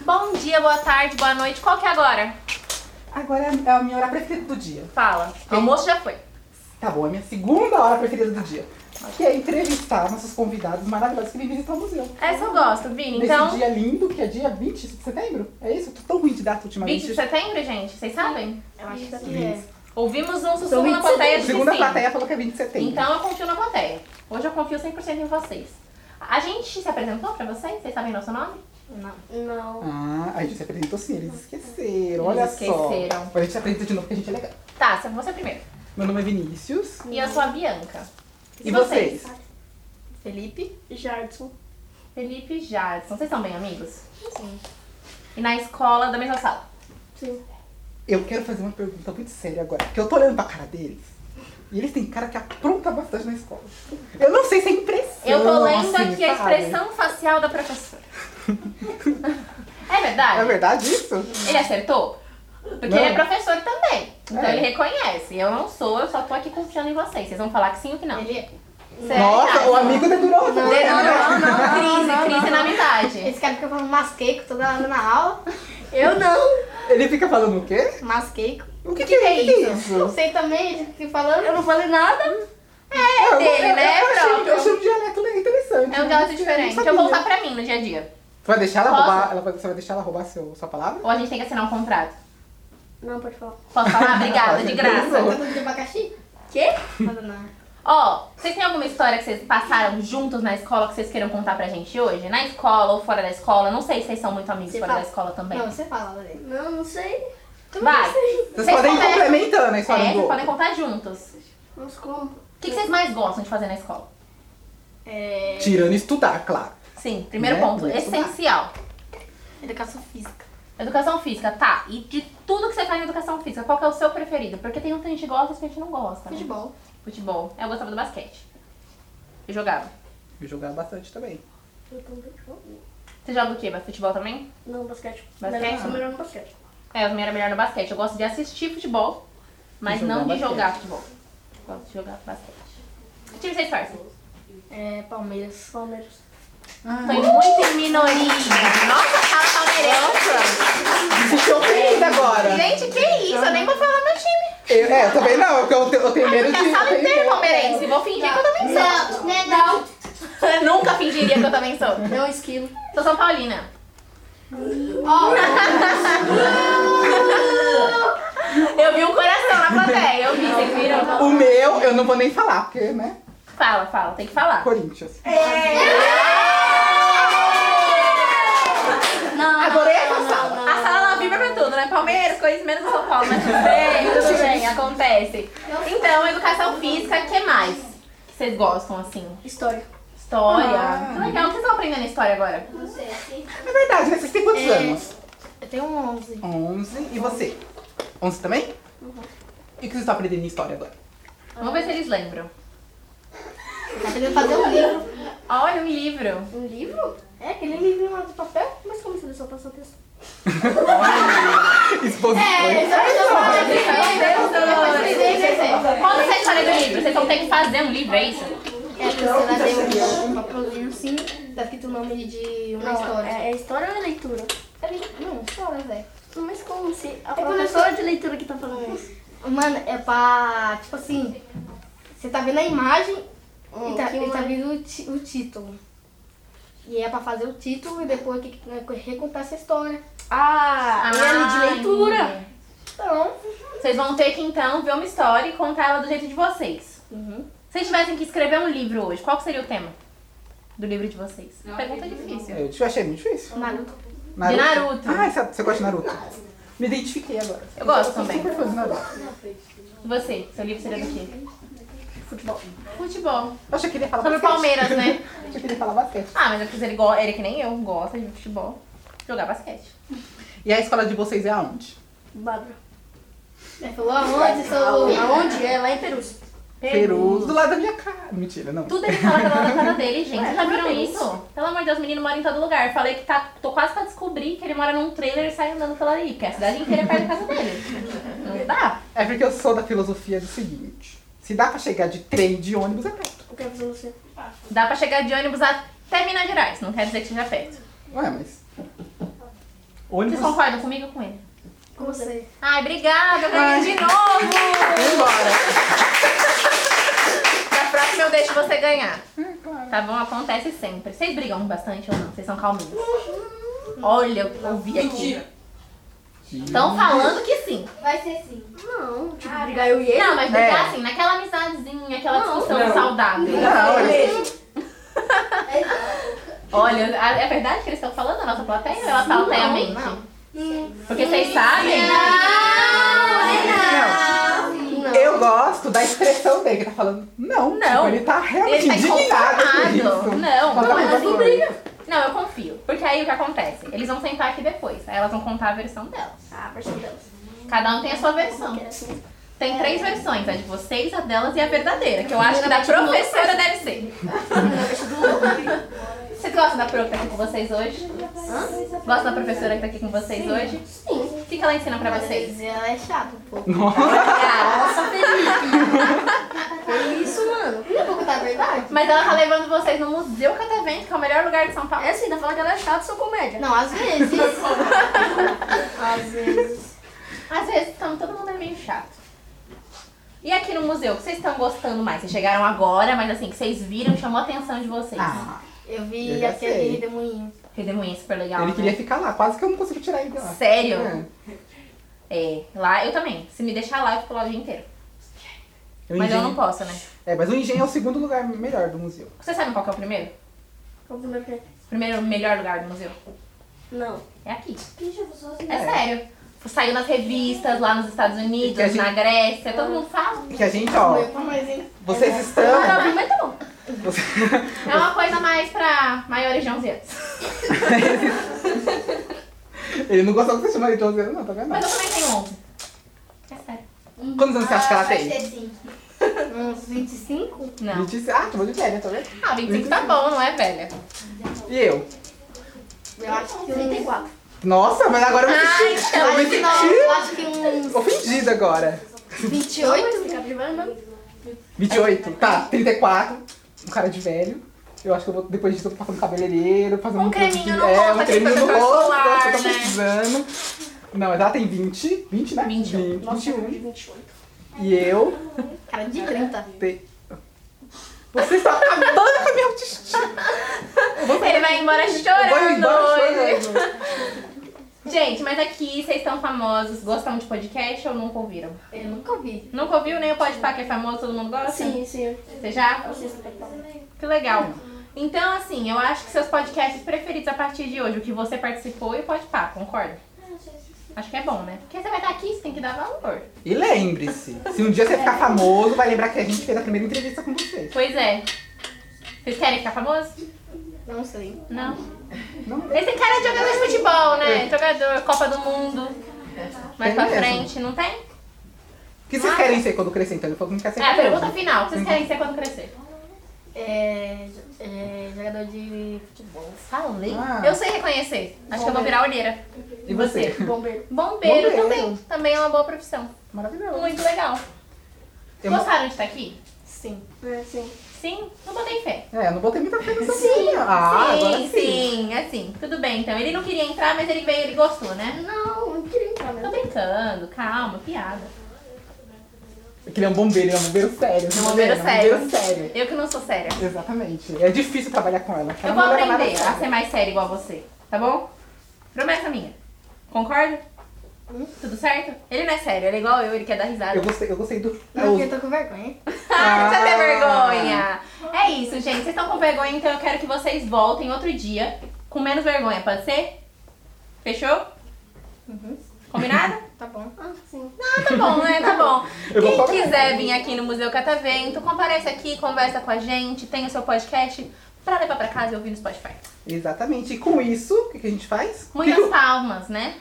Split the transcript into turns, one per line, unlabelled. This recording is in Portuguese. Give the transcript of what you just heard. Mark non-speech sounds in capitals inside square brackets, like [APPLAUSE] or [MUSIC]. Bom dia, boa tarde, boa noite. Qual que é agora?
Agora é a minha hora preferida do dia.
Fala. Almoço já foi.
Tá bom, é a minha segunda hora preferida do dia. Que é entrevistar nossos convidados maravilhosos que vêm visitar o museu.
Essa eu gosto, Vini.
Nesse
É Então,
dia lindo, que é dia 20 de setembro? É isso? Eu tô tão ruim de data
20
ultimamente.
de setembro, gente, vocês sabem?
Eu acho que é.
Ouvimos um sussurro na plateia de que
Segunda
sim.
plateia falou que é 20 de setembro.
Então eu confio na plateia. Hoje eu confio 100% em vocês. A gente se apresentou pra vocês? Vocês sabem nosso nome?
Não. É. Não.
Ah, a gente se apresentou sim, eles esqueceram. Olha
Eles
só.
esqueceram.
Mas a gente se apresenta de novo porque a gente é legal.
Tá, você primeiro.
Meu nome é Vinícius.
E eu sou a Bianca.
E vocês?
Felipe?
Jardson.
Felipe e Jadson. Vocês são bem amigos?
Sim.
E na escola, da mesma sala?
Sim.
Eu quero fazer uma pergunta muito séria agora, porque eu tô olhando pra cara deles. E eles têm cara que apronta bastante na escola. Eu não sei se é impressão.
Eu tô lendo
assim,
aqui a
sabe?
expressão facial da
[LAUGHS]
professora. é
É
verdade?
verdade isso?
Ele acertou? Porque
Não.
ele é professor também. Então
É.
ele reconhece. Eu não sou, eu só tô aqui confiando em vocês. Vocês vão falar que sim ou que não. é
Ele
Sério?
Nossa, o amigo tá dedurou.
Não, não, não, não. Crise, crise na amizade.
Esse cara fica falando masqueico um toda hora na aula. Um Eu não.
Ele fica falando o quê?
Masqueico.
O que, que, é, isso?
Não sei também, ele fica falando. Eu não falei nada.
É,
dele, né?
Eu achei,
Pronto.
eu achei um dialeto le- interessante. né?
É um
dialeto
gato diferente. Eu vou usar pra mim no dia a dia.
Você vai deixar ela
Posso?
roubar? Ela vai, você vai deixar ela roubar seu, sua palavra?
Ou a gente tem que assinar um contrato.
Não, pode falar.
Posso falar? Obrigada, de graça.
Tudo tá de abacaxi?
Quê?
Nada, não.
Ó, vocês têm alguma história que vocês passaram juntos na escola que vocês queiram contar pra gente hoje? Na escola ou fora da escola? Não sei se vocês são muito amigos
Você
fora
fala.
da escola também.
Não, você fala, Lorena. Não, não sei.
Vai.
Vocês podem né? ir
conversam.
complementando a história
É,
do
vocês podem contar juntos. O
Mas como?
que, que vocês mais gostam de fazer na escola?
É.
Tirando estudar, claro.
Sim, primeiro
Né?
ponto,
Estudar.
essencial.
Educação física.
Educação física, tá. E de tudo que você faz em educação física, qual que é o seu preferido? Porque tem um que a gente gosta e outro que a gente não gosta. né?
Futebol.
Futebol. Eu gostava do basquete. Eu jogava.
Eu jogava bastante também.
Você joga o quê? Futebol também?
Não, basquete.
Basquete.
Basquete, sou melhor no basquete.
É, eu também era melhor no basquete. Eu gosto de assistir futebol, mas
E jogar
não de
basquete.
jogar futebol. Gosto de jogar basquete. Que time vocês torcem?
É, Palmeiras. Palmeiras.
Foi muito em minoria. Nossa, cara palmeirense.
Fiquei ofendida agora.
É, Gente, que isso? Eu nem vou falar meu time.
Eu, é, eu também não, porque eu, te- eu tenho medo de.
Porque a sala
eu tenho
inteira é
medo.
palmeirense. Vou fingir que eu também sou.
né, não.
Eu nunca fingiria que eu também sou.
Não, esquilo.
Sou São Paulina. [LAUGHS] Eu vi um coração na plateia. Eu vi, vocês viram?
O meu, eu não vou nem falar, porque, né?
Fala, fala, tem que falar.
Corinthians.
Não.
Adorei essa sala.
A sala ela vibra pra tudo, né? Palmeiras, coisas menos São Paulo, mas tudo
[LAUGHS]
bem, tudo bem, acontece. Então, educação física, o que mais que vocês gostam, assim?
História.
História.
Ah.
Que legal, o que vocês estão aprendendo história agora?
É verdade, né? Vocês têm quantos
É.
anos?
Eu tenho 11.
11. E você? 11 também? E o que vocês estão aprendendo em história agora?
Vamos ver se eles lembram.
Aprendeu a fazer um livro.
Olha um livro.
Um livro? É, aquele livro lá de papel? Mas como você só passou atenção?
É.
É,
Exposições.
Qual que é a história do livro? Vocês vão ter que fazer um livro, é isso?
É, que você dá um papelzinho assim, tá escrito o nome de uma história.
É, é história ou é leitura?
É li- Não, história, velho.
Mas como se a
quando
professora de leitura que tá falando isso?
Mano, é pra, tipo assim, você tá vendo a imagem e tá,
que
e tá
imagem?
vendo o, ti- o título. E é pra fazer o título e depois que, né, que, que recontar essa história. Ah, e ali de
Ai.
leitura. Então,
Vocês vão ter que então ver uma história e contar ela do jeito de vocês.
Uhum.
Se vocês tivessem que escrever um livro hoje, qual que seria o tema do livro de vocês? Pergunta difícil.
Eu te achei muito difícil.
Naruto.
De Naruto.
Ah, você, você gosta de Naruto? Me identifiquei agora.
Eu gosto
sou
também.
super fã de Naruto.
E você? Seu livro seria do quê? Futebol. Futebol.
Eu achei que ele ia falar
Sobre o
basquete.
Palmeiras, né?
[LAUGHS] Eu achei que ele ia falar basquete.
Ah, mas é porque ele, go- ele que nem eu gosta de futebol. Jogar basquete.
E a escola de vocês é aonde?
Badra.
Ele né, falou aonde? Sou...
Aonde? É lá em Perus.
Peru. Do lado da minha casa. Mentira, não.
Tudo ele fala que tá na cara dele, gente. Vocês já viram isso? Pelo amor de Deus, o menino mora em todo lugar. Falei que tá. Tô quase pra descobrir que ele mora num trailer e sai andando pela aí, porque a cidade inteira é perto da casa dele.
É porque eu sou da filosofia do seguinte. Se dá pra chegar de trem, de ônibus, é perto.
Eu quero fazer você.
Dá pra chegar de ônibus até Minas Gerais, não quer dizer que seja perto.
Ué, mas...
Vocês
Ônibus...
concordam comigo ou com ele?
Com você.
Ai, obrigada, eu ganhei de novo!
Vamos embora.
Da próxima eu deixo você ganhar.
É, claro.
Tá bom? Acontece sempre. Vocês brigam bastante ou não? Vocês são calminhos? Olha, eu ouvi aqui. Estão falando que sim.
Vai ser sim.
Não, tipo, brigar eu e ele.
Não, mas brigar
É.
assim, naquela amizadezinha, aquela
Não,
discussão
não.
saudável.
Não, é olha...
Olha, a- é verdade que eles estão falando na nossa plateia? Ou Ela fala a mente? Porque vocês sabem. né?
Não. Eu gosto da expressão dele, que tá falando não.
Não.
Tipo, ele tá realmente
Ele tá
indignado com
inconformado.
isso.
Não,
Mas
não, é assim. elas
tá muito
não
bom.
brigam. Não, eu confio. Porque aí o que acontece? Eles vão sentar aqui depois. Aí elas vão contar a versão delas.
Ah, versão delas.
Cada um tem a sua versão.
Era assim.
Tem três versões, a de vocês, a delas e a verdadeira, que eu acho que da professora deve ser. Vocês gostam da prof que tá aqui com vocês hoje? Gostam da professora que tá aqui com vocês hoje? Sim. O que, que ela ensina pra vocês?
Ela é chata um pouco.
Nossa,
Que isso, mano?
Não vou contar a verdade?
Mas ela tá levando vocês no Museu Catavento, que é o melhor lugar de São Paulo.
É assim, ainda fala que ela é chata, sou comédia.
Não, às [LAUGHS] vezes. às vezes.
Às vezes então, todo mundo é meio chato. E aqui no museu, o que vocês estão gostando mais? Vocês chegaram agora, mas assim, que vocês viram, chamou a atenção de vocês.
Ah,
Eu
Eu
vi
já sei.
aquele redemoinho.
Redemoinho é super legal.
Ah, ele
né?
queria ficar lá. Quase que eu não consigo tirar ele de lá.
Sério?
É.
É, lá eu também. Se me deixar lá, eu fico lá o dia inteiro.
O
Mas eu
engenho-
não posso, né?
É, mas o engenho é o segundo lugar melhor do museu.
Você sabe qual que é o primeiro?
Qual o primeiro que é?
O primeiro melhor lugar do museu?
Não.
É aqui.
Bicho, eu sou assim.
É, sério. Saiu nas revistas, lá nos Estados Unidos,
Que a gente-
na Grécia, todo mundo fala.
Que a gente, ó,
Mas, hein?
vocês
Ah,
estão.
não, mas tá bom. É uma coisa mais pra maiores de 11 anos.
Ele não gostou que você chamou ele de 12 anos, não, tá vendo?
Mas eu também tenho 11. É sério.
Quantos anos você acha que ela
vai
tem?
ser sim.
Uns 25?
Não.
26. Ah, tô de velha, tá vendo?
Ah, 25 tá bom, não é, velha?
E eu?
Eu acho que uns
34.
Nossa, mas agora eu me
Ai,
senti.
então,
eu me
mas
Não,
senti
eu acho que um uns
ofendida agora.
28.
Ficar privando, não.
28, tá, 34. Um cara de velho. Eu acho que eu vou, depois disso, eu vou passar no cabeleireiro, fazer
Um
um
creminho no
é,
rosto,
um
aquele
creminho no
protetor
rosto,
solar,
que eu tô
né?
precisando. Não, mas ela tem 20, 20, né?
20.
20
Nossa, eu
21.
de 28.
E eu
Cara de 30.
te... Você está acabando com a minha autoestima.
Ele vai
[LAUGHS]
embora
Eu vou
chorando
embora
hoje.
chorando.
Gente, mas aqui vocês estão famosos. Gostam de podcast ou nunca ouviram?
Eu nunca ouvi.
Nunca ouviu nem o Podpah que é famoso, todo mundo gosta?
Ah, Sim, sim.
Você já?
Vocês estão
Que legal. Então, assim, eu acho que seus podcasts preferidos a partir de hoje, o que você participou e o Podpah, concorda? Acho que é bom, né? Porque você vai estar aqui, você tem que dar valor.
E lembre-se, se um dia você ficar famoso, vai lembrar que a gente fez a primeira entrevista com você.
Pois é. Vocês querem ficar famosos?
Não sei.
Não.
Não.
Esse cara é jogador de futebol, né? Jogador, Copa do Mundo. Mais
É. Tem
pra
mesmo.
frente, não tem?
O que vocês querem ser quando crescer, então? Ele falou que Uhum. não quer ser
Ah. É a pergunta
famoso.
final. O que vocês querem ser quando crescer?
É, é jogador de futebol.
Falei.
Ah.
Eu sei reconhecer. Acho que eu vou virar olheira.
E você?
Bombeiro.
Bombeiro,
Bombeiro.
também. Também é uma boa profissão.
Maravilhoso.
Muito legal.
Eu-
Gostaram de estar aqui?
Sim.
É, sim.
Sim? Não botei fé.
É, eu não botei muita fé nessa sim. Ah, agora
sim,
sim.
sim, assim. Tudo bem, então. Ele não queria entrar, mas ele veio, ele gostou, né?
Não, não queria entrar
Tô
mesmo.
brincando, calma, piada.
Porque ele é um bombeiro, ele é um bombeiro sério.
É um
tá
bombeiro
vendo?
sério.
Um bombeiro sério.
Eu que não sou séria.
Exatamente. É difícil trabalhar com ela. porque
Eu
ela
vou
Então não leva nada
aprender a
sério.
ser mais séria igual você, tá bom? Promessa minha. Concorda? Tudo certo? Ele não é sério, ele é igual eu, ele quer dar risada.
Hum? Eu gostei, eu gostei do.
Não, porque
eu-
eu tô com vergonha.
[LAUGHS] Ah, não precisa ter
Ah.
vergonha. É isso, gente. Vocês estão com vergonha, então eu quero que vocês voltem outro dia com menos vergonha, pode ser? Fechou?
Uhum.
Combinado?
Tá bom.
Ah, sim.
Ah, tá bom, né? Tá bom.
[LAUGHS] Eu vou
Quem
cobrar.
quiser vir aqui no Museu Catavento, comparece aqui, conversa com a gente, tem o seu podcast pra levar pra casa e ouvir no Spotify.
Exatamente. E com isso, o que que a gente faz?
Muitas
Que que-
palmas, né?